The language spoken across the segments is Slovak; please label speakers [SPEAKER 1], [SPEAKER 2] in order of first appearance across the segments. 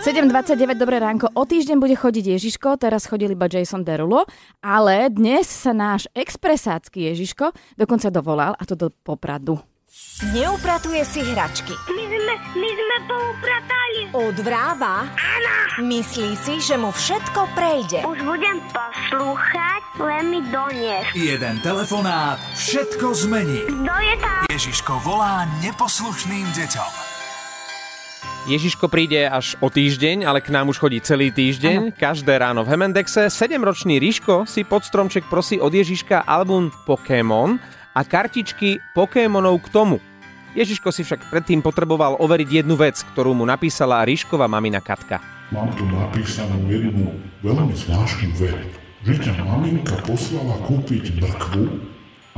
[SPEAKER 1] 7.29, dobré ránko. O týždeň bude chodiť Ježiško, teraz chodil iba Jason Derulo, ale dnes sa náš expresácky Ježiško dokonca dovolal, a to do Popradu.
[SPEAKER 2] Neupratuje si hračky.
[SPEAKER 3] My sme, my sme poupratali.
[SPEAKER 2] Odvráva. Áno. Myslí si, že mu všetko prejde.
[SPEAKER 3] Už budem poslúchať, len mi donies.
[SPEAKER 4] Jeden telefonát všetko zmení.
[SPEAKER 3] Kto je tam?
[SPEAKER 4] Ježiško volá neposlušným deťom.
[SPEAKER 5] Ježiško príde až o týždeň, ale k nám už chodí celý týždeň. Ano. Každé ráno v Hemendexe 7-ročný Ríško si pod stromček prosí od Ježiška album Pokémon a kartičky Pokémonov k tomu. Ježiško si však predtým potreboval overiť jednu vec, ktorú mu napísala Ríškova mamina Katka.
[SPEAKER 6] Mám tu napísanú jednu veľmi zvláštnu vetu, že ťa maminka poslala kúpiť mrkvu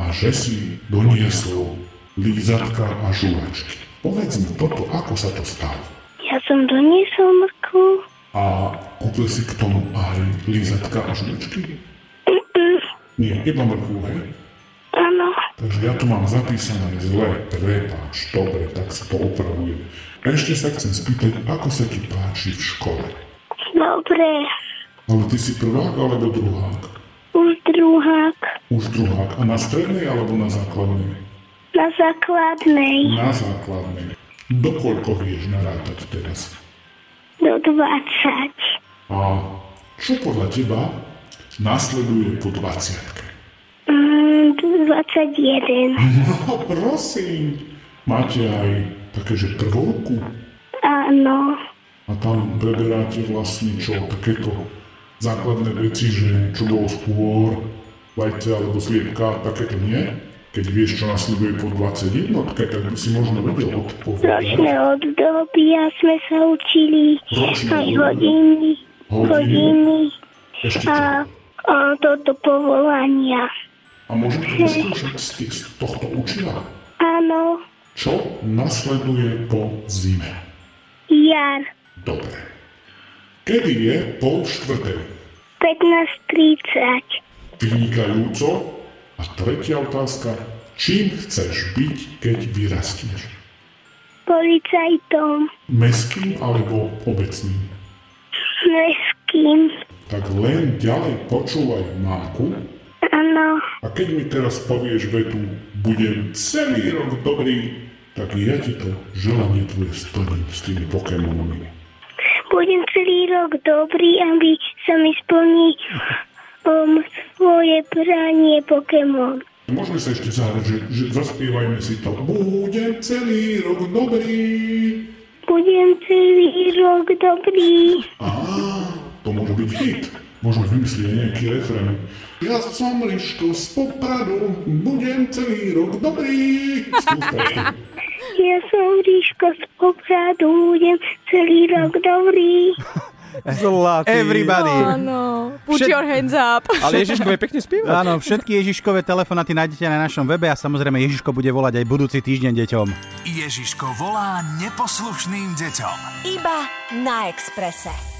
[SPEAKER 6] a že si doniesol lízatka a žulačky. Povedz mi toto, ako sa to stalo.
[SPEAKER 3] Ja som doniesol mrku.
[SPEAKER 6] A kúpil si k tomu aj lízatka a žulačky? Nie, iba mrkvu, hej?
[SPEAKER 3] Áno.
[SPEAKER 6] Takže ja tu mám zapísané zle, prepáč, dobre, tak sa to opravujem. Ešte sa chcem spýtať, ako sa ti páči v škole.
[SPEAKER 3] Dobre,
[SPEAKER 6] Ale ty si prvák alebo druhák?
[SPEAKER 3] už druhák.
[SPEAKER 6] Už druhák. A na strednej alebo na základnej?
[SPEAKER 3] Na základnej.
[SPEAKER 6] Na základnej. Dokoľko vieš narátať teraz?
[SPEAKER 3] Do 20.
[SPEAKER 6] A čo podľa teba nasleduje po 20
[SPEAKER 3] Mm, 21.
[SPEAKER 6] No prosím. Máte aj také, že prvovku
[SPEAKER 3] Áno.
[SPEAKER 6] a tam preberáte vlastne čo, takéto základné veci, že čo bolo skôr, vajce alebo sliepka, takéto nie? Keď vieš, čo nasleduje po 21, tak by si možno vedel odpovedať.
[SPEAKER 3] Ročné obdobia sme sa učili.
[SPEAKER 6] Ročné
[SPEAKER 3] Aj
[SPEAKER 6] obdobie.
[SPEAKER 3] hodiny. Hodiny.
[SPEAKER 6] Ešte čo?
[SPEAKER 3] A, a toto povolania.
[SPEAKER 6] A môžem to vyskúšať z, tých, z tohto učiva?
[SPEAKER 3] Áno.
[SPEAKER 6] Čo nasleduje po zime?
[SPEAKER 3] Jar.
[SPEAKER 6] Dobre. Kedy je pol štvrtej?
[SPEAKER 3] 15.30.
[SPEAKER 6] Vynikajúco. A tretia otázka. Čím chceš byť, keď vyrastieš?
[SPEAKER 3] Policajtom.
[SPEAKER 6] Mestským alebo obecným?
[SPEAKER 3] Mestským.
[SPEAKER 6] Tak len ďalej počúvaj máku.
[SPEAKER 3] Áno.
[SPEAKER 6] A keď mi teraz povieš vetu, budem celý rok dobrý, tak ja ti to želanie tvoje splním s tými Pokémonami.
[SPEAKER 3] Budem celý rok dobrý, aby sa mi splní um, svoje pranie Pokémon.
[SPEAKER 6] Môžeme sa ešte zahrať, že, že zaspievajme si to. Budem celý rok dobrý.
[SPEAKER 3] Budem celý rok dobrý.
[SPEAKER 6] Á, to môže byť hit. Môžeme vymyslieť aj nejaký refrén. Ja som Liško z Popradu, budem celý rok dobrý. Skúšaj.
[SPEAKER 3] Ja som Ríško z Popradu, budem celý rok dobrý.
[SPEAKER 7] Zlatý.
[SPEAKER 5] Everybody.
[SPEAKER 8] Áno, put your hands up.
[SPEAKER 5] Ale Ježiško je pekne spievať.
[SPEAKER 7] Áno, všetky Ježiškové telefonáty nájdete na našom webe a samozrejme Ježiško bude volať aj budúci týždeň deťom.
[SPEAKER 4] Ježiško volá neposlušným deťom.
[SPEAKER 2] Iba na Exprese.